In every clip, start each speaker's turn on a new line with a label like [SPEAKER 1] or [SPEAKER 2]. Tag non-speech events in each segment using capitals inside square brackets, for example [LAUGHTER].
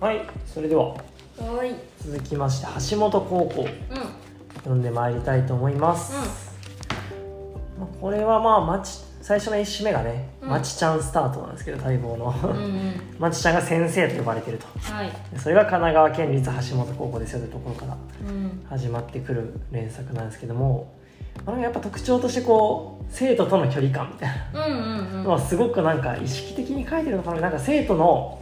[SPEAKER 1] はいそれでは
[SPEAKER 2] はいうん
[SPEAKER 1] 続きまして橋本高校読んでまいりたいと思います、まあこれはまあまち最初の1首目がね、
[SPEAKER 2] うん
[SPEAKER 1] まちちゃんスタートなんですけど待望の [LAUGHS]
[SPEAKER 2] うんうん
[SPEAKER 1] まちちゃんが先生と呼ばれてると
[SPEAKER 2] はい
[SPEAKER 1] それが神奈川県立橋本高校ですよというところから
[SPEAKER 2] うん
[SPEAKER 1] 始まってくる連作なんですけどもまあやっぱ特徴としてこう生徒との距離感みたいな
[SPEAKER 2] うんうんうん
[SPEAKER 1] のはすごくなんか意識的に書いてるのかななんか生徒の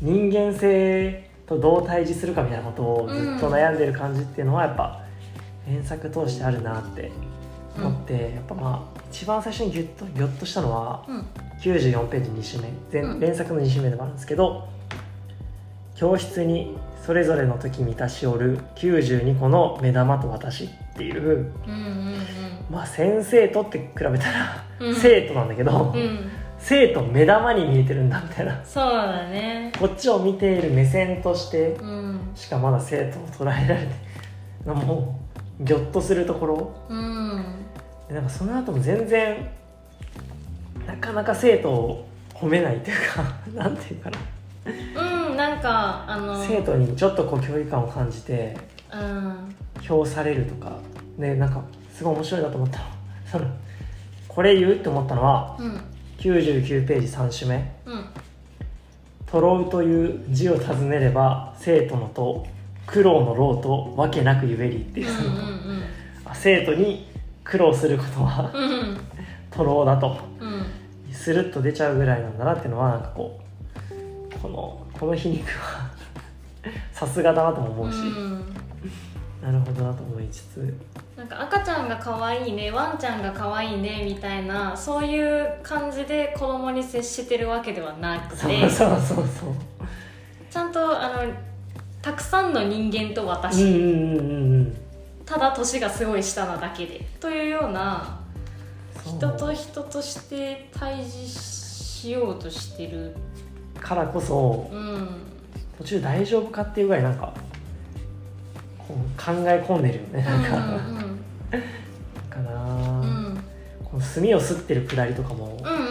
[SPEAKER 1] 人間性とどう対峙するかみたいなことをずっと悩んでる感じっていうのはやっぱ連作通してあるなって思って、やっぱまあ一番最初にギュッとギョッとしたのは
[SPEAKER 2] うん
[SPEAKER 1] 94ページ2週目前、
[SPEAKER 2] うん
[SPEAKER 1] 連作の2週目でもあるんですけど教室にそれぞれの時満たしおる92個の目玉と私っていう
[SPEAKER 2] うん
[SPEAKER 1] まあ先生とって比べたら、
[SPEAKER 2] うんうん
[SPEAKER 1] 生徒なんだけど、
[SPEAKER 2] うん
[SPEAKER 1] 生徒目玉に見えてるんだみたいな
[SPEAKER 2] そうだね
[SPEAKER 1] こっちを見ている目線として
[SPEAKER 2] うん
[SPEAKER 1] しかまだ生徒を捉えられてるもうギョッとするところ
[SPEAKER 2] うん
[SPEAKER 1] でなんかその後も全然なかなか生徒を褒めないというか [LAUGHS] なんていうかな
[SPEAKER 2] うんなんかあの
[SPEAKER 1] 生徒にちょっとこう距離感を感じて
[SPEAKER 2] うん
[SPEAKER 1] 評されるとかねなんかすごい面白いなと思ったのそのこれ言うって思ったのは
[SPEAKER 2] うん
[SPEAKER 1] 99ページ3首目
[SPEAKER 2] うん
[SPEAKER 1] 「とろう」という字を尋ねれば生徒の「と」苦労の「労」とわけなくゆえりっていうう、そ
[SPEAKER 2] ん
[SPEAKER 1] のあ生徒に苦労すること
[SPEAKER 2] [LAUGHS]
[SPEAKER 1] は
[SPEAKER 2] うんうん
[SPEAKER 1] 「とろう」だと
[SPEAKER 2] うんうん
[SPEAKER 1] スルッと出ちゃうぐらいなんだなっていうのはなんかこうこのこの皮肉はさすがだなとも思うし、
[SPEAKER 2] うん
[SPEAKER 1] なるほどなと思いつつ
[SPEAKER 2] なんか赤ちゃんが可愛いねワンちゃんが可愛いねみたいなそういう感じで子供に接してるわけではなく
[SPEAKER 1] そう
[SPEAKER 2] て
[SPEAKER 1] そうそうそう
[SPEAKER 2] ちゃんとあのたくさんの人間と
[SPEAKER 1] う
[SPEAKER 2] 私、
[SPEAKER 1] んうんうんうんうん
[SPEAKER 2] ただ年がすごい下なだけでというような
[SPEAKER 1] そう
[SPEAKER 2] 人と人として対峙しようとしてる
[SPEAKER 1] からこそ
[SPEAKER 2] うん
[SPEAKER 1] 途中大丈夫かっていうぐらいなんかこう考え込んでるよねなんか、かな、
[SPEAKER 2] うんうんうん
[SPEAKER 1] この炭を吸ってるくだりとかも
[SPEAKER 2] うんうんうん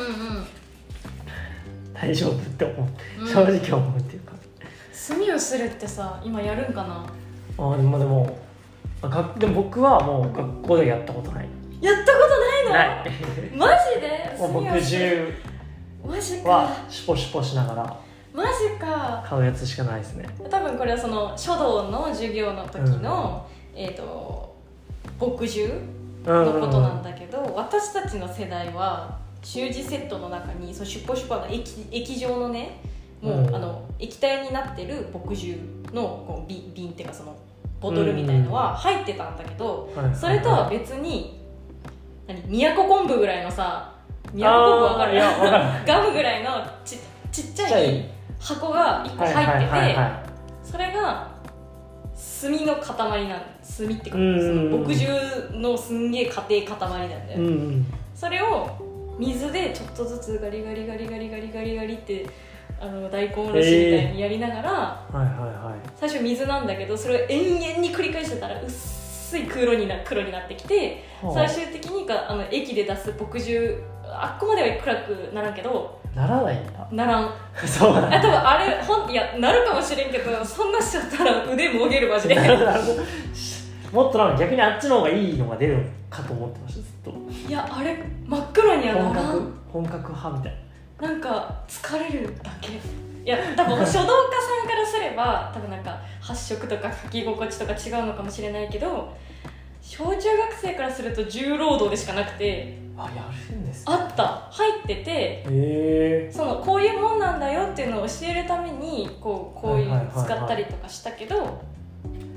[SPEAKER 1] 大丈夫って思って、
[SPEAKER 2] う
[SPEAKER 1] [LAUGHS]
[SPEAKER 2] ん
[SPEAKER 1] 正直思うっていうか
[SPEAKER 2] 炭をするってさ今やるんかな
[SPEAKER 1] あーでもでもあ学でも僕はもう学校でやったことない
[SPEAKER 2] やったことないの
[SPEAKER 1] ない
[SPEAKER 2] マジで
[SPEAKER 1] もう
[SPEAKER 2] 炭
[SPEAKER 1] 僕
[SPEAKER 2] をする
[SPEAKER 1] 中
[SPEAKER 2] マジか
[SPEAKER 1] はシュポシュポしながら
[SPEAKER 2] マジか
[SPEAKER 1] 買うやつしかないですね
[SPEAKER 2] 多分これはその書道の授業の時の、えっ、と墨汁
[SPEAKER 1] うん
[SPEAKER 2] のことなんだけど、私たちの世代は習字セットの中にそうシュッポシュッポが液液状のねもう、
[SPEAKER 1] うん
[SPEAKER 2] あの液体になってる墨汁のこう瓶瓶っていうかそのボトルみたいのは入ってたんだけど、
[SPEAKER 1] はい
[SPEAKER 2] それとは別に何宮古昆布ぐらいのさ宮古昆布わか
[SPEAKER 1] あーい
[SPEAKER 2] る
[SPEAKER 1] やわか
[SPEAKER 2] ガムぐらいのちちっち
[SPEAKER 1] ちっ
[SPEAKER 2] ゃ
[SPEAKER 1] ちゃ
[SPEAKER 2] い
[SPEAKER 1] い
[SPEAKER 2] 箱が1個入ってて、
[SPEAKER 1] はいはいはいはい
[SPEAKER 2] それが炭の塊なの炭ってかそ
[SPEAKER 1] うんうんうん
[SPEAKER 2] の墨汁のすんげえ硬い塊なんだよ、
[SPEAKER 1] うんうん
[SPEAKER 2] それを水でちょっとずつガリガリガリガリガリガリガリってあの大根おろしみたいにやりながら、
[SPEAKER 1] はいはいはい
[SPEAKER 2] 最初水なんだけどそれを延々に繰り返してたら薄い黒にな黒になってきて最終的にかあの液で出す墨汁あっこまでは暗くならんけど
[SPEAKER 1] ならないんだ
[SPEAKER 2] ならん
[SPEAKER 1] そうなんだ
[SPEAKER 2] あ多分あれほんいやなるかもしれんけどそんなしちゃったら腕もげるマジで
[SPEAKER 1] なるほどもっとなんか逆にあっちの方がいいのが出るのかと思ってましたずっと
[SPEAKER 2] いやあれ真っ黒には
[SPEAKER 1] 本
[SPEAKER 2] なら
[SPEAKER 1] 格
[SPEAKER 2] ん
[SPEAKER 1] 本格派みたい
[SPEAKER 2] なんか疲れるだけいや
[SPEAKER 1] [LAUGHS]
[SPEAKER 2] 多分書道家さんからすれば多分なんか発色とか書き心地とか違うのかもしれないけど小中学生からすると重労働でしかなくて
[SPEAKER 1] なあやるんです
[SPEAKER 2] あった入ってて
[SPEAKER 1] へえ
[SPEAKER 2] そのこういうもんなんだよっていうのを教えるためにこうこういう
[SPEAKER 1] はいはいはいはい
[SPEAKER 2] 使ったりとかしたけど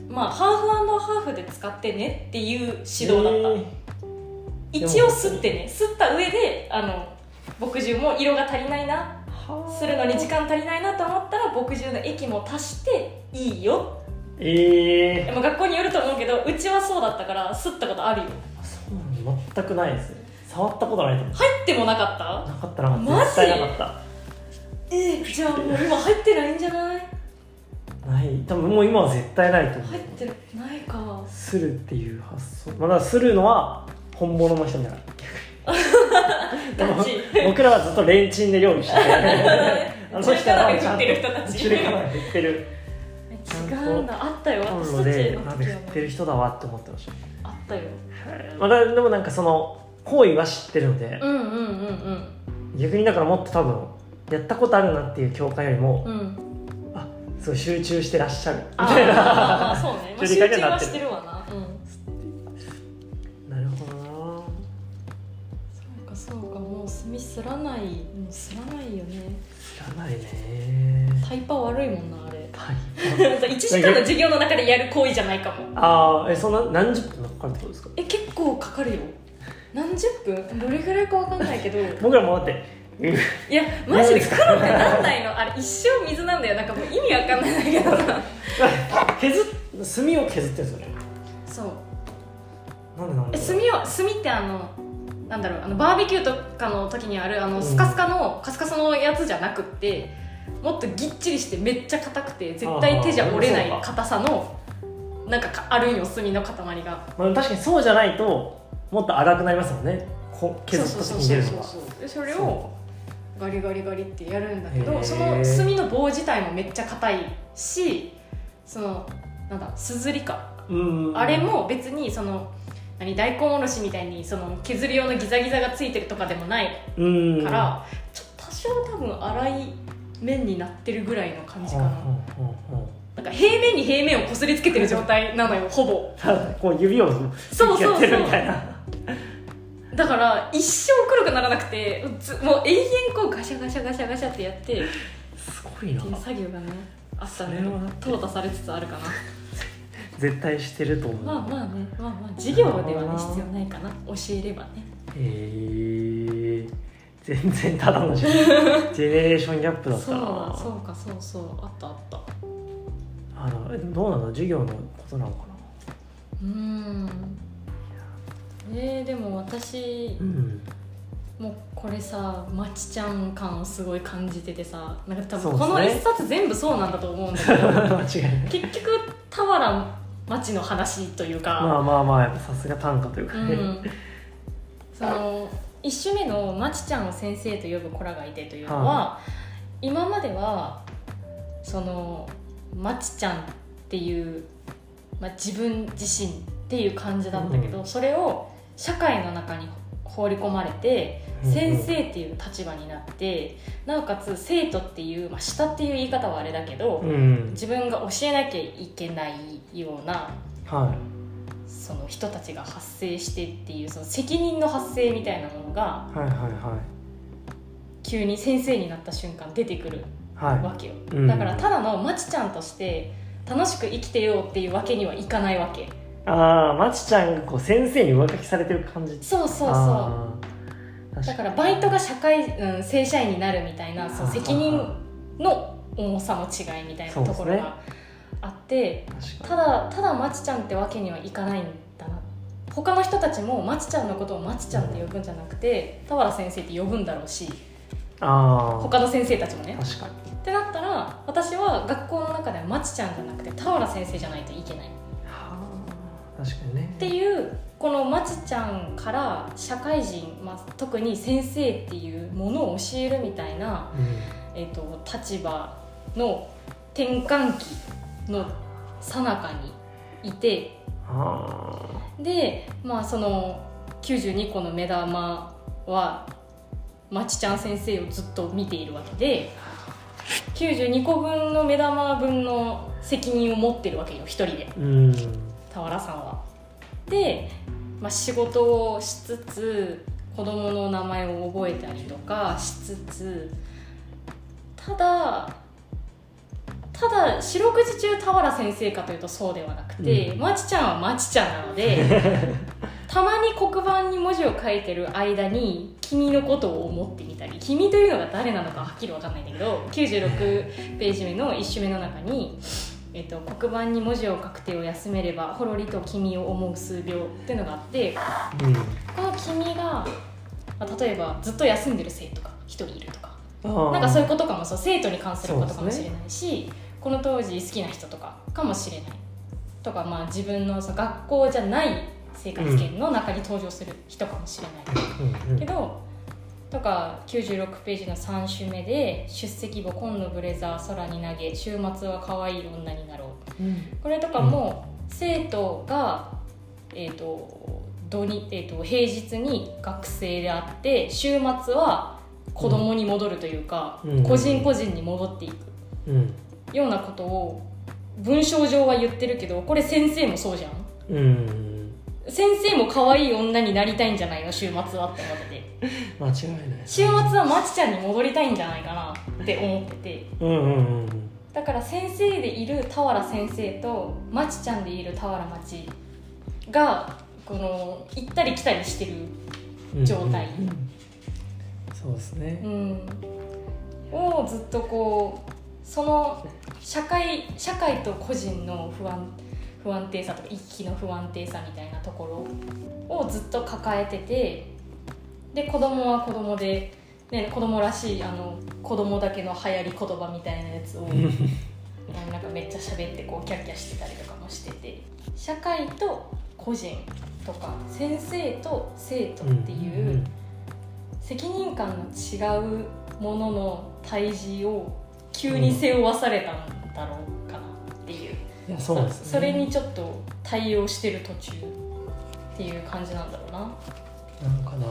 [SPEAKER 2] まあハーフハーフで使ってねっていう指導だった。一応吸ってね吸った上であの墨汁も色が足りないなするのに時間足りないなと思ったら墨汁の液も足していいよ
[SPEAKER 1] ええ
[SPEAKER 2] でも学校によると思うけどうちはそうだったから吸ったことあるよ
[SPEAKER 1] そうなの全くないです触ったことないと思う
[SPEAKER 2] 入ってもなかった
[SPEAKER 1] なかったなかった
[SPEAKER 2] マジ
[SPEAKER 1] 絶対なかった
[SPEAKER 2] ええじゃあもう今入ってないんじゃない
[SPEAKER 1] ない多分もう今は絶対ないと思う
[SPEAKER 2] 入ってないか
[SPEAKER 1] するっていう発想まあだからするのは本物の人みたい [LAUGHS] なでも
[SPEAKER 2] ガチ [LAUGHS]
[SPEAKER 1] 僕らはずっとレンチンで料理してて
[SPEAKER 2] え
[SPEAKER 1] あの
[SPEAKER 2] 中華鍋
[SPEAKER 1] ち
[SPEAKER 2] 振
[SPEAKER 1] ゃ
[SPEAKER 2] っ
[SPEAKER 1] ん
[SPEAKER 2] て
[SPEAKER 1] と
[SPEAKER 2] る人たち
[SPEAKER 1] 中華鍋振ってる
[SPEAKER 2] [LAUGHS] 違うんだあったよ
[SPEAKER 1] コン
[SPEAKER 2] 私
[SPEAKER 1] ロ
[SPEAKER 2] たち
[SPEAKER 1] で
[SPEAKER 2] の
[SPEAKER 1] 鍋
[SPEAKER 2] 時
[SPEAKER 1] 振
[SPEAKER 2] は
[SPEAKER 1] ってる人だわって思ってました
[SPEAKER 2] あったよ
[SPEAKER 1] はいまあだでもなんかその行為は知ってるので
[SPEAKER 2] う、んうんうん
[SPEAKER 1] 逆にだからもっと多分やったことあるなっていう教会よりも
[SPEAKER 2] うんうん
[SPEAKER 1] すごい集中してらっしゃるみ
[SPEAKER 2] あー
[SPEAKER 1] たい
[SPEAKER 2] まあ
[SPEAKER 1] な
[SPEAKER 2] そう
[SPEAKER 1] [LAUGHS]
[SPEAKER 2] ね、
[SPEAKER 1] ち
[SPEAKER 2] まあ、
[SPEAKER 1] ょ
[SPEAKER 2] 集
[SPEAKER 1] っと理解に
[SPEAKER 2] 中
[SPEAKER 1] はな
[SPEAKER 2] は
[SPEAKER 1] ってる
[SPEAKER 2] してるわなうん
[SPEAKER 1] なるほど
[SPEAKER 2] そうかそうかもう墨すらないもうすらないよね
[SPEAKER 1] な知らないね
[SPEAKER 2] タイパ悪いもんなあれ
[SPEAKER 1] はい
[SPEAKER 2] 1時間の授業の中でやる行為じゃないかも
[SPEAKER 1] ああえそんな何十分かかるってことですか
[SPEAKER 2] え結構かかるよ何十分どれぐらいかわかん [LAUGHS] ないけどい
[SPEAKER 1] 僕らもだって [LAUGHS] うん
[SPEAKER 2] やマジで黒くなんないのあれ一生水なんだよなんかもう意味わかんないんだけどさ
[SPEAKER 1] 削っ炭を削ってるんですよね
[SPEAKER 2] [LAUGHS] そう
[SPEAKER 1] なんでなん
[SPEAKER 2] え
[SPEAKER 1] だろう
[SPEAKER 2] 炭を炭ってあのなんだろうあのバーベキューとかの時にあるあ
[SPEAKER 1] う
[SPEAKER 2] の
[SPEAKER 1] ん
[SPEAKER 2] スカスカの、カスカスのやつじゃなくってもっとぎっちりしてめっちゃ硬くて絶対手じゃ折れない
[SPEAKER 1] あーそう
[SPEAKER 2] 硬さのなんかかあるんよ炭の塊が
[SPEAKER 1] まあ、確かにそうじゃないともっと粗くなりますもんねこ削った時に出るのが
[SPEAKER 2] そうそうそうそうでそれ
[SPEAKER 1] そ
[SPEAKER 2] をガリガリガリってやるんだけ
[SPEAKER 1] へ
[SPEAKER 2] ど
[SPEAKER 1] ー
[SPEAKER 2] その炭の棒自体もめっちゃ硬いしそのなんだすずりか
[SPEAKER 1] ううん
[SPEAKER 2] あれも別にその何大根おろしみたいにその削り用のギザギザがついてるとかでもない
[SPEAKER 1] うん
[SPEAKER 2] から、ちょっと多少多分粗い面になってるぐらいの感じかな,、
[SPEAKER 1] うんうんうんうん
[SPEAKER 2] なんか平面に平面をこすりつけてる状態なのよほぼ
[SPEAKER 1] ただ [LAUGHS] こう指を
[SPEAKER 2] そうそうそう
[SPEAKER 1] やってるみたいな
[SPEAKER 2] だから一生黒くならなくてずもう永遠こうガシャガシャガシャガシャってやってっ
[SPEAKER 1] すごいな
[SPEAKER 2] ていう作業がねあったね
[SPEAKER 1] それはだって
[SPEAKER 2] 淘汰されつつあるかな
[SPEAKER 1] 絶対してると思う、
[SPEAKER 2] まあまあねまあまあ授業ではね必要ないかな教えればね
[SPEAKER 1] えー、全然ただのジェ
[SPEAKER 2] [LAUGHS]
[SPEAKER 1] ジェネレーションギャップだった
[SPEAKER 2] そう
[SPEAKER 1] な
[SPEAKER 2] だそうかそうそうあったあった
[SPEAKER 1] あのえでもどうなの授業のことなのかな
[SPEAKER 2] うーんえー、でも私
[SPEAKER 1] うん [LAUGHS]
[SPEAKER 2] もうこれさまちちゃん感をすごい感じててさなんか多
[SPEAKER 1] そう
[SPEAKER 2] 分
[SPEAKER 1] です
[SPEAKER 2] こ
[SPEAKER 1] ね
[SPEAKER 2] の一冊全部そうなんだと思うんだけど
[SPEAKER 1] 間違いない
[SPEAKER 2] 結局俵原町の話という
[SPEAKER 1] ま
[SPEAKER 2] か、
[SPEAKER 1] あまあまあやっぱさすが短歌という
[SPEAKER 2] う
[SPEAKER 1] かね、
[SPEAKER 2] ん、その一種目の「まちちゃんを先生と呼ぶ子らがいて」というのは、今まではそのまちちゃんっていう、まあ、自分自身っていう感じだったけど、それを社会の中に放り込まれて先生っていう立場になってなおかつ生徒っていう、まあ、下っていう言い方はあれだけど
[SPEAKER 1] うん、うん、
[SPEAKER 2] 自分が教えなきゃいけないような
[SPEAKER 1] は
[SPEAKER 2] その人たちが発生してっていうその責任の発生みたいなものが
[SPEAKER 1] いはいはいは
[SPEAKER 2] 急に先生になった瞬間出てくる
[SPEAKER 1] いは
[SPEAKER 2] わけよ
[SPEAKER 1] い、うん
[SPEAKER 2] だからただのまちちゃんとして楽しく生きてようっていうわけにはいかないわけ
[SPEAKER 1] ああまちちゃんがこう先生に上書きされてる感じ
[SPEAKER 2] そうそうそう
[SPEAKER 1] そう
[SPEAKER 2] だからバイトが社会、うん、正社員になるみたいなその責任の重さの違いみたいなところがあって、ただただまちちゃんってわけにはいかないんだな他の人たちもまちちゃんのことをまちちゃんって呼ぶんじゃなくて俵先生って呼ぶんだろうし
[SPEAKER 1] あー
[SPEAKER 2] 他の先生たちもね。
[SPEAKER 1] 確かに
[SPEAKER 2] ってなったら私は学校の中ではまちちゃんじゃなくて俵先生じゃないといけないっ
[SPEAKER 1] はあ確かにね
[SPEAKER 2] ていうこのまちちゃんから社会人、まあ、特に先生っていうものを教えるみたいな
[SPEAKER 1] う
[SPEAKER 2] えっと立場の転換期の最中にいて
[SPEAKER 1] ん、あ
[SPEAKER 2] でまあその92個の目玉はまちちゃん先生をずっと見ているわけで92個分の目玉分の責任を持ってるわけよ一人で
[SPEAKER 1] ーうん
[SPEAKER 2] 俵さんは。で、まあ、仕事をしつつ子供の名前を覚えたりとかしつつただただ四六時中俵先生かというとそうではなくて、
[SPEAKER 1] うん
[SPEAKER 2] まちちゃんはまちちゃんなので
[SPEAKER 1] [LAUGHS]
[SPEAKER 2] たまに黒板に文字を書いてる間に君のことを思ってみたり君というのが誰なのかはっきり分かんないんだけど96ページ目の1首目の中にえっと黒板に文字を書く手を休めればほろりと君を思う数秒っていうのがあって
[SPEAKER 1] うん
[SPEAKER 2] この君が、まあ、例えばずっと休んでる生徒が一人いるとか
[SPEAKER 1] あー
[SPEAKER 2] なんかそういうことかもそう生徒に関することか
[SPEAKER 1] そう
[SPEAKER 2] も
[SPEAKER 1] で
[SPEAKER 2] し
[SPEAKER 1] すね
[SPEAKER 2] れないし、この当時好きな人とかかもしれないとか、まあ、自分のその学校じゃない生活圏の中に登場する人かもしれない、
[SPEAKER 1] うんうん
[SPEAKER 2] けどとか96ページの3首目で「出席簿紺のブレザー空に投げ週末は可愛い女になろう」これとかも生徒が、えーと土日えー、と平日に学生であって週末は子供に戻るというか、
[SPEAKER 1] うん
[SPEAKER 2] 個人個人に戻っていく
[SPEAKER 1] うん
[SPEAKER 2] ようなことを文章上は言ってるけどこれ先生もそうじゃん
[SPEAKER 1] うん
[SPEAKER 2] 先生も可愛い女になりたいんじゃないの週末はって思ってて
[SPEAKER 1] 間違いない
[SPEAKER 2] 週末はまちちゃんに戻りたいんじゃないかなって思ってて
[SPEAKER 1] うんうんうん
[SPEAKER 2] だから先生でいる俵先生とまちちゃんでいる俵まちがこの行ったり来たりしてる
[SPEAKER 1] うん
[SPEAKER 2] 状態
[SPEAKER 1] うんうんそうですね
[SPEAKER 2] うんをずっとこうその社会社会と個人の不安不安定さとか一気の不安定さみたいなところをずっと抱えててで子供は子供で、ね、子供らしいあの子供だけの流行り言葉みたいなやつをなんかめっちゃ喋ってこうキャッキャしてたりとかもしてて社会と個人とか先生と生徒っていう。
[SPEAKER 1] ん
[SPEAKER 2] 責任感の違うものの対峙を急に背負わされたんだろうかなっていう、
[SPEAKER 1] いやそうですね
[SPEAKER 2] それにちょっと対応してる途中っていう感じなんだろうな
[SPEAKER 1] なのかな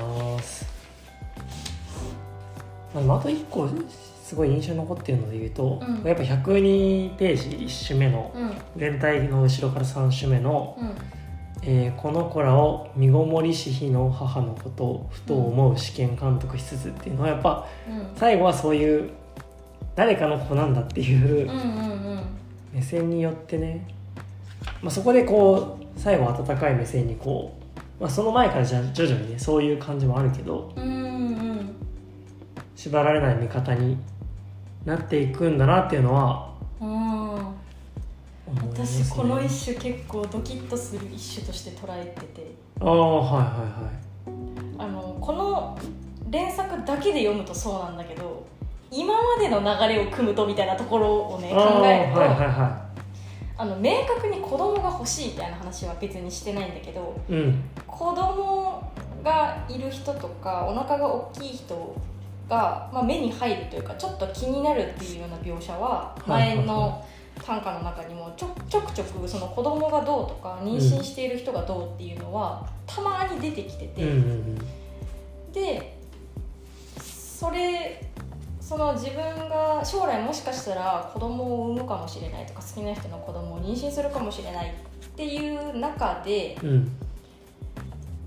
[SPEAKER 1] あのあと一個すごい印象に残っているので言うと、
[SPEAKER 2] うん
[SPEAKER 1] やっぱ102ページ1首目の
[SPEAKER 2] うん
[SPEAKER 1] 全体の後ろから3首目の
[SPEAKER 2] うん
[SPEAKER 1] 「えーこの子らを身ごもりし日の母のことをふと思う試験監督しつつ」っていうのはやっぱ最後はそういう誰かの子なんだっていう
[SPEAKER 2] うんうんうん
[SPEAKER 1] 目線によってね、まあ、そこでこう最後温かい目線にこう、まあ、その前からじゃ徐々にねそういう感じもあるけど
[SPEAKER 2] うんうんうん
[SPEAKER 1] 縛られない見方になっていくんだなっていうのは
[SPEAKER 2] うん
[SPEAKER 1] 思います、ね、
[SPEAKER 2] 私この一種結構ドキッとする一種として捉えてて
[SPEAKER 1] ああはいは
[SPEAKER 2] あのこの連作だけで読むとそうなんだけど今までの流れを組むとみたいなところをね
[SPEAKER 1] いはいあ
[SPEAKER 2] 考える
[SPEAKER 1] あ
[SPEAKER 2] と、
[SPEAKER 1] はいはいは
[SPEAKER 2] あの明確に子供が欲しいみたいな話は別にしてないんだけど
[SPEAKER 1] いうん
[SPEAKER 2] 子供がいる人とかお腹が大きい人が、まあ、目に入るというかちょっと気になるっていうような描写は
[SPEAKER 1] はい
[SPEAKER 2] 前の短歌の中にもちょちょくちょくその子供がどうとか妊娠している人がどうっていうのはたまに出てきて
[SPEAKER 1] うん
[SPEAKER 2] て、
[SPEAKER 1] うん
[SPEAKER 2] でそれその自分が将来もしかしたら子供を産むかもしれないとか好きな人の子供を妊娠するかもしれないっていう中で
[SPEAKER 1] うんうん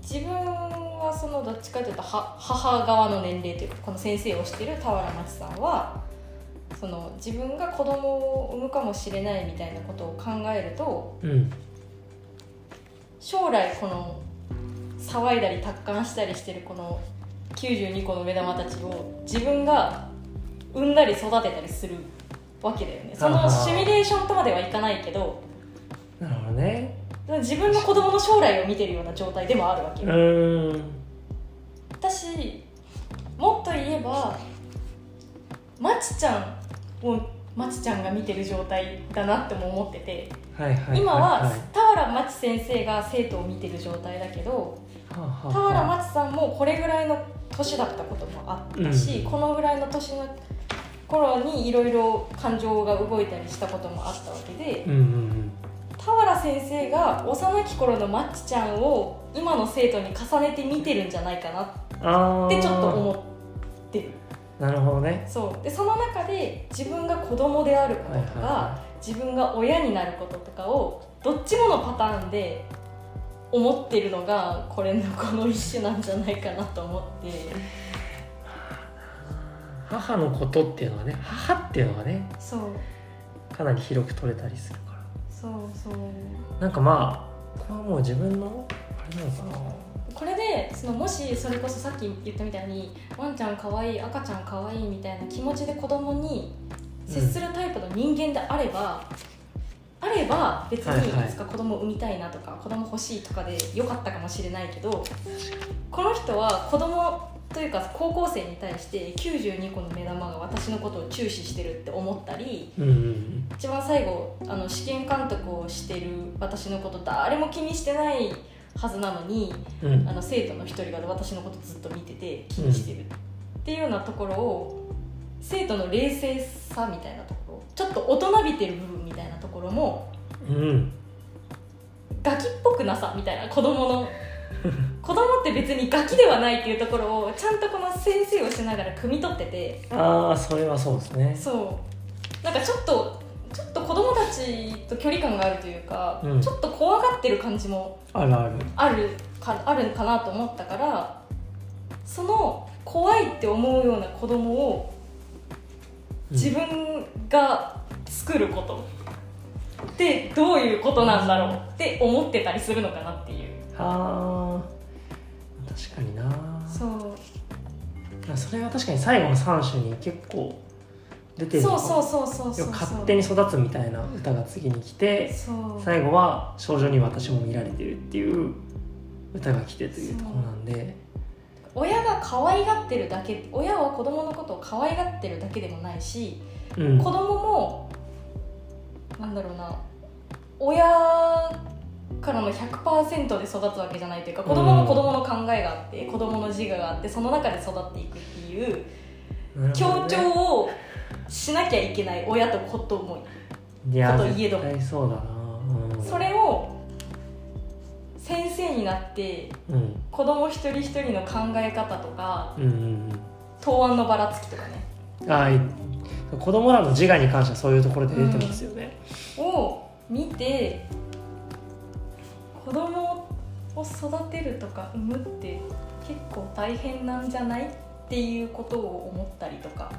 [SPEAKER 2] 自分はそのどっちかというとは母側の年齢というかこの先生をしてる俵町さんはその自分が子供を産むかもしれないみたいなことを考えると
[SPEAKER 1] うん
[SPEAKER 2] 将来この騒いだり達観したりしてるこの92個の目玉たちを自分が産んだり育てたりするわけだよねそ
[SPEAKER 1] あ
[SPEAKER 2] の
[SPEAKER 1] ー
[SPEAKER 2] シミュレーションとまではいかないけど
[SPEAKER 1] なるほどね
[SPEAKER 2] 自分の子供の将来を見てるような状態でもあるわけ
[SPEAKER 1] う
[SPEAKER 2] よ
[SPEAKER 1] ーん
[SPEAKER 2] だしもっと言えばまちちゃんをまちちゃんが見てる状態だなっても思ってて
[SPEAKER 1] はいはいはい、はい、
[SPEAKER 2] 今は
[SPEAKER 1] は
[SPEAKER 2] 俵まち先生が生徒を見てる状態だけど
[SPEAKER 1] あはあ
[SPEAKER 2] 俵
[SPEAKER 1] はあ
[SPEAKER 2] 松さんもこれぐらいの年だったこともあったし、
[SPEAKER 1] うん
[SPEAKER 2] このぐらいの年の頃にいろいろ感情が動いたりしたこともあったわけで
[SPEAKER 1] うんうん
[SPEAKER 2] 俵先生が幼き頃のマッチちゃんを今の生徒に重ねて見てるんじゃないかなっ
[SPEAKER 1] うんああ
[SPEAKER 2] てちょっと思ってる
[SPEAKER 1] なるほどね
[SPEAKER 2] そうでその中で自分が子供であることとか、自分が親になることとかをどっちものパターンで思ってるのがこれのこの一種なんじゃないかなと思って。
[SPEAKER 1] 母のことっていうのはね母っていうのはね
[SPEAKER 2] そう
[SPEAKER 1] かなり広く取れたりするから
[SPEAKER 2] そうそう
[SPEAKER 1] なんかまあこれはもう自分のあれなのかな
[SPEAKER 2] これでそのもしそれこそさっき言ったみたいにワンちゃんかわいい赤ちゃんかわいいみたいな気持ちで子供に接するタイプの人間であれば、あれば別
[SPEAKER 1] はいは
[SPEAKER 2] に
[SPEAKER 1] い
[SPEAKER 2] いつか子供産みたいなとか、子供欲しいとかでよかったかもしれないけどこの人は子供というか高校生に対して92個の目玉が私のことを注視してるって思ったり、
[SPEAKER 1] うんうん
[SPEAKER 2] 一番最後あの試験監督をしてる私のこと誰も気にしてないはずなのに
[SPEAKER 1] うんうん
[SPEAKER 2] あの生徒の一人が私のことずっと見てて気にしてるっっていうようなところを生徒の冷静さみたいなところちょっと大人びてる部分みたいなところも
[SPEAKER 1] うん
[SPEAKER 2] ガキっぽくなさみたいな子供の子供って別にガキではないっていうところをちゃんとこの先生をしながら汲み取ってて
[SPEAKER 1] ああそれはそうですね
[SPEAKER 2] そうなんかちょっとちょっと子供たちと距離感があるというか、
[SPEAKER 1] うん
[SPEAKER 2] ちょっと怖がってる感じも
[SPEAKER 1] あるある
[SPEAKER 2] あるかあるかなと思ったからその怖いって思うような子供を自分が作ることってどういうことなんだろうって思ってたりするのかなっていう
[SPEAKER 1] あー確かにな
[SPEAKER 2] そう
[SPEAKER 1] それは確かに最後の3首に結構出てる
[SPEAKER 2] そうそうそうそうそうそう
[SPEAKER 1] 勝手に育つみたいな歌が次に来て
[SPEAKER 2] そう
[SPEAKER 1] 最後は「少女に私も見られてる」っていう歌が来てというところなんで
[SPEAKER 2] 親が可愛がってるだけ親は子供のことを可愛がってるだけでもないし
[SPEAKER 1] うん
[SPEAKER 2] 子供もなんだろうな親からの100%で育つわけじゃないというか子供も子供の考えがあって子供の自我があってその中で育っていくっていう
[SPEAKER 1] なるほ
[SPEAKER 2] 協
[SPEAKER 1] どね
[SPEAKER 2] 調をしなきゃいけない親と子と思い
[SPEAKER 1] いや
[SPEAKER 2] こと言えど
[SPEAKER 1] 絶対そうだな、うん、
[SPEAKER 2] それを先生になって
[SPEAKER 1] うん
[SPEAKER 2] 子供一人一人の考え方とか
[SPEAKER 1] うんうん
[SPEAKER 2] 答案のばらつきとかね
[SPEAKER 1] うんあーい子供らの自我に関してはそういうところで出てますよね、
[SPEAKER 2] を見て子供を育てるとか産むって結構大変なんじゃないっていうことを思ったりとか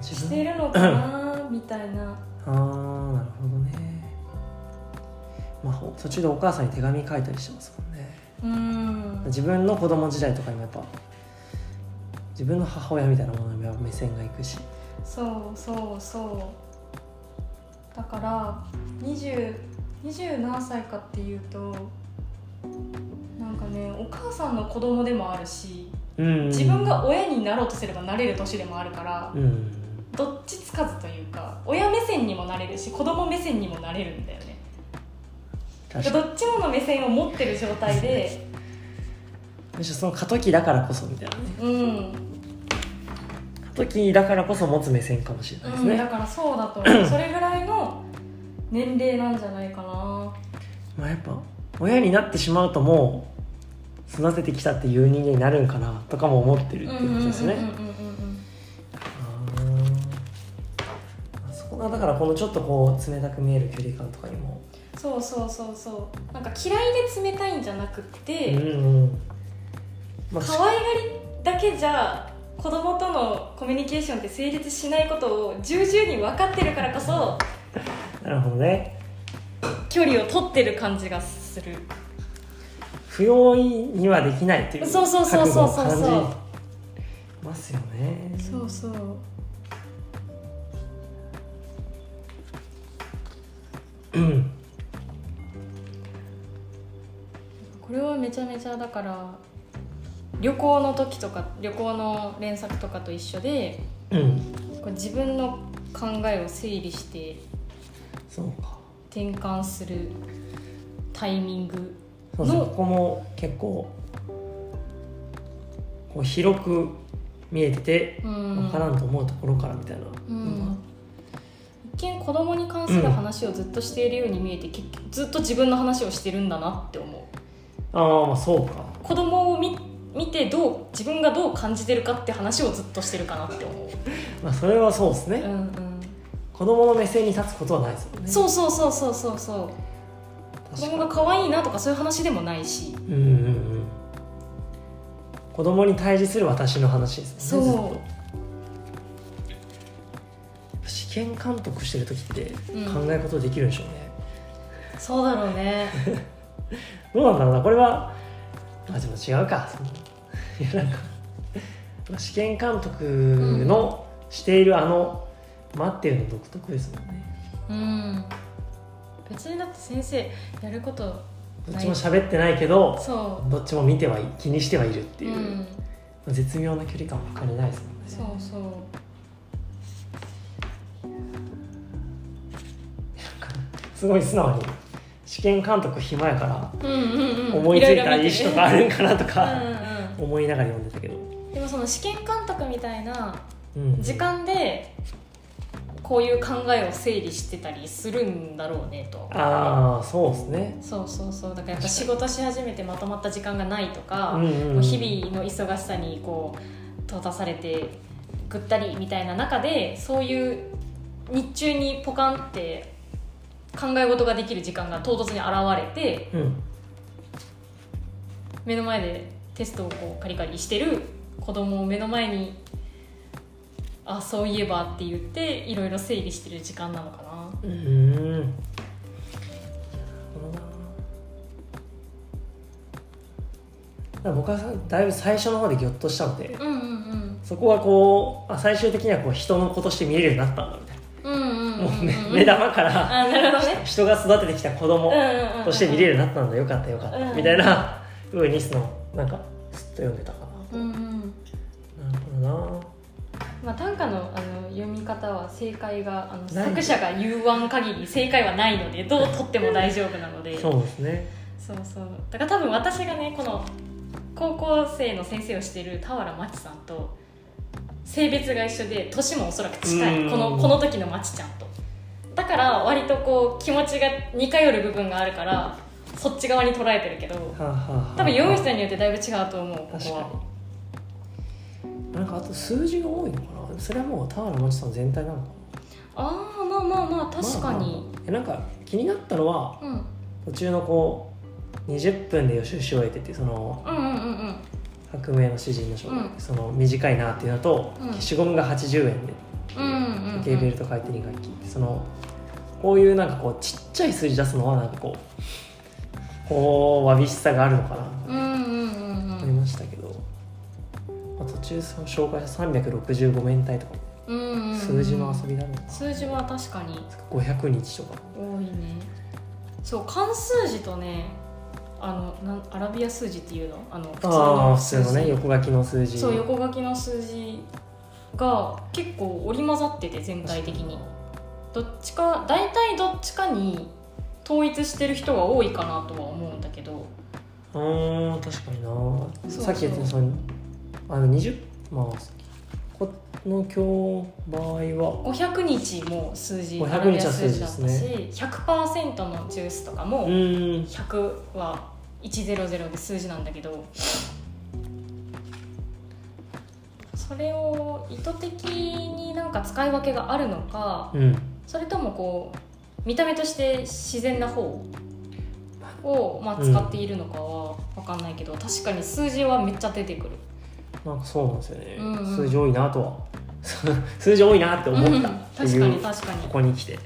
[SPEAKER 1] 自
[SPEAKER 2] し
[SPEAKER 1] 分
[SPEAKER 2] てるのかなみたいな
[SPEAKER 1] ああなるほどねまあほ途中でお母さんに手紙書いたりしてますもんね
[SPEAKER 2] うん
[SPEAKER 1] 自分の子供時代とかにもやっぱ自分の母親みたいなものにも目線がいくし
[SPEAKER 2] そうそうそうだから20 20何歳かっていうとなんかねお母さんの子供でもあるし
[SPEAKER 1] うん
[SPEAKER 2] 自分が親になろうとすればなれる年でもあるから、
[SPEAKER 1] うん
[SPEAKER 2] どっちつかずというか親目線にもなれるし子供目線にもなれるんだよね
[SPEAKER 1] 確かに
[SPEAKER 2] どっちもの目線を持ってる状態で
[SPEAKER 1] むしろその過渡期だからこそみたいなね
[SPEAKER 2] うん、
[SPEAKER 1] 過渡期だからこそ持つ目線かもしれないです
[SPEAKER 2] うん、だ
[SPEAKER 1] ね、
[SPEAKER 2] からそうだと思うそれぐらいの年齢なんじゃないかな
[SPEAKER 1] まあやっぱ親になってしまうともう育ててきたっていう人間になるんかなとかも思ってるっていうことですね、
[SPEAKER 2] うんうんうんうん
[SPEAKER 1] あーそこがだからこのちょっとこう冷たく見える距離感とかにも、
[SPEAKER 2] そうそうそうそうなんか嫌いで冷たいんじゃなくって、
[SPEAKER 1] うんうんまあ
[SPEAKER 2] 可愛がりだけじゃ子供とのコミュニケーションって成立しないことを重々に分かってるからこそ
[SPEAKER 1] なるほどね
[SPEAKER 2] 距離を取ってる感じがする
[SPEAKER 1] 不用意にはできないという
[SPEAKER 2] そうそうそうそうそう
[SPEAKER 1] 覚悟を感じますよね
[SPEAKER 2] そうそう
[SPEAKER 1] うん
[SPEAKER 2] これはめちゃめちゃだから旅行の時とか旅行の連作とかと一緒で
[SPEAKER 1] うん
[SPEAKER 2] こう自分の考えを整理して
[SPEAKER 1] そうか
[SPEAKER 2] 転換するタイミング
[SPEAKER 1] そうそう
[SPEAKER 2] の
[SPEAKER 1] ここも結構こう広く見えてて
[SPEAKER 2] うん
[SPEAKER 1] 分からんと思うところからみたいなのが、
[SPEAKER 2] うん一見子供に関する話をずっとしているように見えて、結局ずっと自分の話をしてるんだなって思う
[SPEAKER 1] ああまあそうか
[SPEAKER 2] 子供を見見てどう自分がどう感じてるかって話をずっとしてるかなって思う、
[SPEAKER 1] まあそれはそうですね、
[SPEAKER 2] うんうん、
[SPEAKER 1] 子供の目線に立つことはないですよね
[SPEAKER 2] そうそうそうそうそうそう子
[SPEAKER 1] 確
[SPEAKER 2] 供
[SPEAKER 1] か
[SPEAKER 2] が
[SPEAKER 1] に
[SPEAKER 2] 可愛いなとかそういう話でもないし
[SPEAKER 1] うんうんうん子供に対峙する私の話です
[SPEAKER 2] そう
[SPEAKER 1] もんねずっと試験監督してる時って考えることできるんでしょうね、
[SPEAKER 2] そうだろう [LAUGHS] ね
[SPEAKER 1] どうなんだろうなこれはあでも違うか [LAUGHS] そのいやなんか試験監督のしているあの間っていうの独特ですもんね、
[SPEAKER 2] うん別にだって先生やること
[SPEAKER 1] どっちも喋ってないけど
[SPEAKER 2] そ
[SPEAKER 1] どっちも見てはい気にしてはいるって
[SPEAKER 2] う、
[SPEAKER 1] いうう、
[SPEAKER 2] ん、
[SPEAKER 1] 絶妙な距離感は測れないですもんね
[SPEAKER 2] そうそう
[SPEAKER 1] すごい素直に試験監督暇やから
[SPEAKER 2] うんうんうん
[SPEAKER 1] 思いついた意思とかあ
[SPEAKER 2] る
[SPEAKER 1] るんかなと
[SPEAKER 2] うん
[SPEAKER 1] か
[SPEAKER 2] うん
[SPEAKER 1] 思いながら読んでたけど
[SPEAKER 2] でもその試験監督みたいな
[SPEAKER 1] うん
[SPEAKER 2] 時間でこういう考えを整理してたりするんだろうねと
[SPEAKER 1] ああそうですね
[SPEAKER 2] そうそうそうだからやっぱ仕事し始めてまとまった時間がないとか、
[SPEAKER 1] うんうんうん
[SPEAKER 2] もう日々の忙しさにこう閉ざされてぐったりみたいな中でそういう日中にポカンって考え事ができる時間が唐突に現れて
[SPEAKER 1] うん
[SPEAKER 2] 目の前でテストをこうカリカリしてる子供を目の前にあそういえばって言っていろいろ整理してる時間なのかな
[SPEAKER 1] うーんなるほどなだから僕はさだいぶ最初の方でギョッとしたので
[SPEAKER 2] うんうん
[SPEAKER 1] そこはこうあ最終的にはこう人の子として見れるようになったんだみたい
[SPEAKER 2] うんうんうん [LAUGHS] うん
[SPEAKER 1] な、もうね
[SPEAKER 2] うん
[SPEAKER 1] 目玉から
[SPEAKER 2] あなるほどね
[SPEAKER 1] 人が育ててきた子供
[SPEAKER 2] うんうん
[SPEAKER 1] として見れるようになったんだよかったよかった、
[SPEAKER 2] うん
[SPEAKER 1] みたいなふうにそのなんかずっと読んでたか
[SPEAKER 2] うんうん
[SPEAKER 1] な、なるほどな
[SPEAKER 2] まあ、短歌のあの読み方は正解があの
[SPEAKER 1] ない
[SPEAKER 2] 作者が言わん限り正解はないのでどう取っても大丈夫なのでそう
[SPEAKER 1] そうですね
[SPEAKER 2] そうだから多分私がねこの高校生の先生をしている田原真知さんと性別が一緒で年もおそらく近
[SPEAKER 1] う
[SPEAKER 2] い
[SPEAKER 1] ん
[SPEAKER 2] このこの時の真知ちゃんとだから割とこう気持ちが似通る部分があるからそっち側に捉えてるけど
[SPEAKER 1] はあ、はあはあ、
[SPEAKER 2] 多分読む人によってだいぶ違うと思うこ
[SPEAKER 1] 確
[SPEAKER 2] こは
[SPEAKER 1] かになんかあと数字が多いのかなそれはもう田原町さん全体なのか
[SPEAKER 2] ああまあまあまあ
[SPEAKER 1] な
[SPEAKER 2] 確かに、
[SPEAKER 1] まあまあまあえなんか気になったのは
[SPEAKER 2] うん
[SPEAKER 1] 途中のこう20分で予習し終えてってその
[SPEAKER 2] うんうんうんうん
[SPEAKER 1] 革命の詩人の紹介、
[SPEAKER 2] う
[SPEAKER 1] その短いなっていうのと、
[SPEAKER 2] うん
[SPEAKER 1] 消しゴムが80円で
[SPEAKER 2] うんうんうん
[SPEAKER 1] ケーベルと書いて2学期ってそのこういうなんかこうちっちゃい数字出すのはなんかこうこうわびしさがあるのかな
[SPEAKER 2] うんうんうん
[SPEAKER 1] と思い
[SPEAKER 2] うん
[SPEAKER 1] ましたけど、まあ、途中その紹介した365面体とか
[SPEAKER 2] うんうんうん
[SPEAKER 1] 数字の遊びだね、
[SPEAKER 2] 数字は確かに
[SPEAKER 1] 500日とか
[SPEAKER 2] 多いねそう漢数字とねあのなんアラビア数字っていうのあの
[SPEAKER 1] ああ普通
[SPEAKER 2] 数字
[SPEAKER 1] のね横書きの数字
[SPEAKER 2] そう横書きの数字が結構織り交ざってて全体的にどっちか大体どっちかに統一してる人が多いかなとは思うんだけど
[SPEAKER 1] うーん確かにな
[SPEAKER 2] そうそう
[SPEAKER 1] さっき言ったそのあの20まあこの今日場合は
[SPEAKER 2] 500日も数字
[SPEAKER 1] 500
[SPEAKER 2] アラビア数字だったし、
[SPEAKER 1] 日は数字
[SPEAKER 2] 100%のジュースとかも、
[SPEAKER 1] うーん
[SPEAKER 2] 100は100で数字なんだけどそれを意図的になんか使い分けがあるのか
[SPEAKER 1] うん
[SPEAKER 2] それともこう見た目として自然な方を、まあ、使っているのかは分かんないけど、確かに数字はめっちゃ出てくる
[SPEAKER 1] なんかそうなんですよね、
[SPEAKER 2] うんうん
[SPEAKER 1] 数字多いなとは [LAUGHS] 数字多いなって思ったって
[SPEAKER 2] 確か
[SPEAKER 1] い
[SPEAKER 2] に
[SPEAKER 1] う
[SPEAKER 2] 確かに
[SPEAKER 1] ここに来て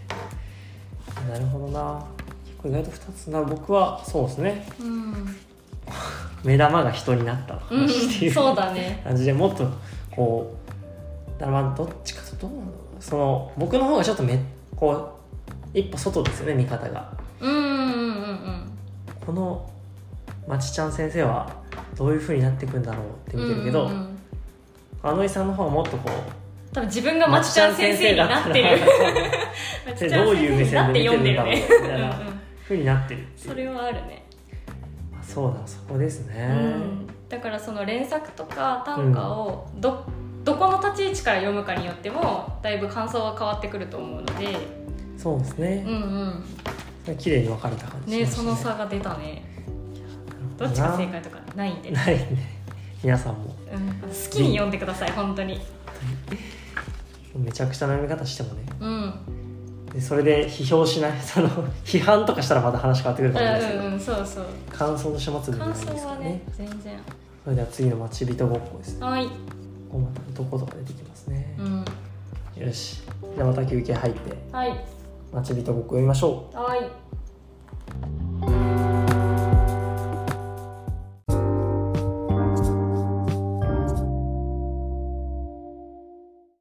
[SPEAKER 1] なるほどな結構意外と2つな僕はそうですね
[SPEAKER 2] うん、
[SPEAKER 1] 目玉が人になったのか
[SPEAKER 2] う、
[SPEAKER 1] なんっていう、
[SPEAKER 2] そう
[SPEAKER 1] [LAUGHS]
[SPEAKER 2] だね
[SPEAKER 1] 感じでもっとこうだからまあどっちかとどうなのその僕の方がちょっとめこう一歩外ですよね見方が
[SPEAKER 2] うんうんうんうん
[SPEAKER 1] このまちちゃん先生はどういうふうになっていくんだろうって見てるけど、
[SPEAKER 2] うんうんうん
[SPEAKER 1] あのいさんの方はもっとこ
[SPEAKER 2] 多分自分がまちちゃん先生になってる
[SPEAKER 1] う
[SPEAKER 2] ま
[SPEAKER 1] そ
[SPEAKER 2] ち
[SPEAKER 1] れ
[SPEAKER 2] ちゃん
[SPEAKER 1] どう
[SPEAKER 2] 先
[SPEAKER 1] いう目
[SPEAKER 2] 生に
[SPEAKER 1] 線
[SPEAKER 2] なっ
[SPEAKER 1] で
[SPEAKER 2] て
[SPEAKER 1] 見
[SPEAKER 2] 読
[SPEAKER 1] て
[SPEAKER 2] んで
[SPEAKER 1] るん
[SPEAKER 2] る
[SPEAKER 1] だろうみ
[SPEAKER 2] ね
[SPEAKER 1] たいな
[SPEAKER 2] うんうん
[SPEAKER 1] ふうになってるっていう
[SPEAKER 2] それはあるね、
[SPEAKER 1] あそうだそこですね、
[SPEAKER 2] うん、だからその連作とか短歌をど,、どこの立ち位置から読むかによってもだいぶ感想は変わってくると思うので
[SPEAKER 1] そうです
[SPEAKER 2] う
[SPEAKER 1] ね、
[SPEAKER 2] ん
[SPEAKER 1] 綺麗に分かれた感
[SPEAKER 2] うん
[SPEAKER 1] じしま
[SPEAKER 2] ね
[SPEAKER 1] した
[SPEAKER 2] その差が出たねどっちが正解とかないん
[SPEAKER 1] [LAUGHS]
[SPEAKER 2] で、うん、
[SPEAKER 1] ないね皆さんも
[SPEAKER 2] 好きに読んでください本当に
[SPEAKER 1] めちゃくちゃな読み方してもね
[SPEAKER 2] うんうん
[SPEAKER 1] でそれで批評しない [LAUGHS] その批判とかしたらまた話変わってくる
[SPEAKER 2] う
[SPEAKER 1] と思うんですけど、
[SPEAKER 2] んうんそうそう
[SPEAKER 1] 感想として持つ部分
[SPEAKER 2] 感
[SPEAKER 1] がいい
[SPEAKER 2] 想
[SPEAKER 1] ですか
[SPEAKER 2] は
[SPEAKER 1] らね
[SPEAKER 2] ね全然
[SPEAKER 1] それでは次の「待ち人ごっこ」ですね
[SPEAKER 2] はい、
[SPEAKER 1] ここまた男とか出てきますね
[SPEAKER 2] う、ん、
[SPEAKER 1] よしじゃあまた休憩入って
[SPEAKER 2] はい
[SPEAKER 1] 「待ち人ごっこ」読みましょう
[SPEAKER 2] はい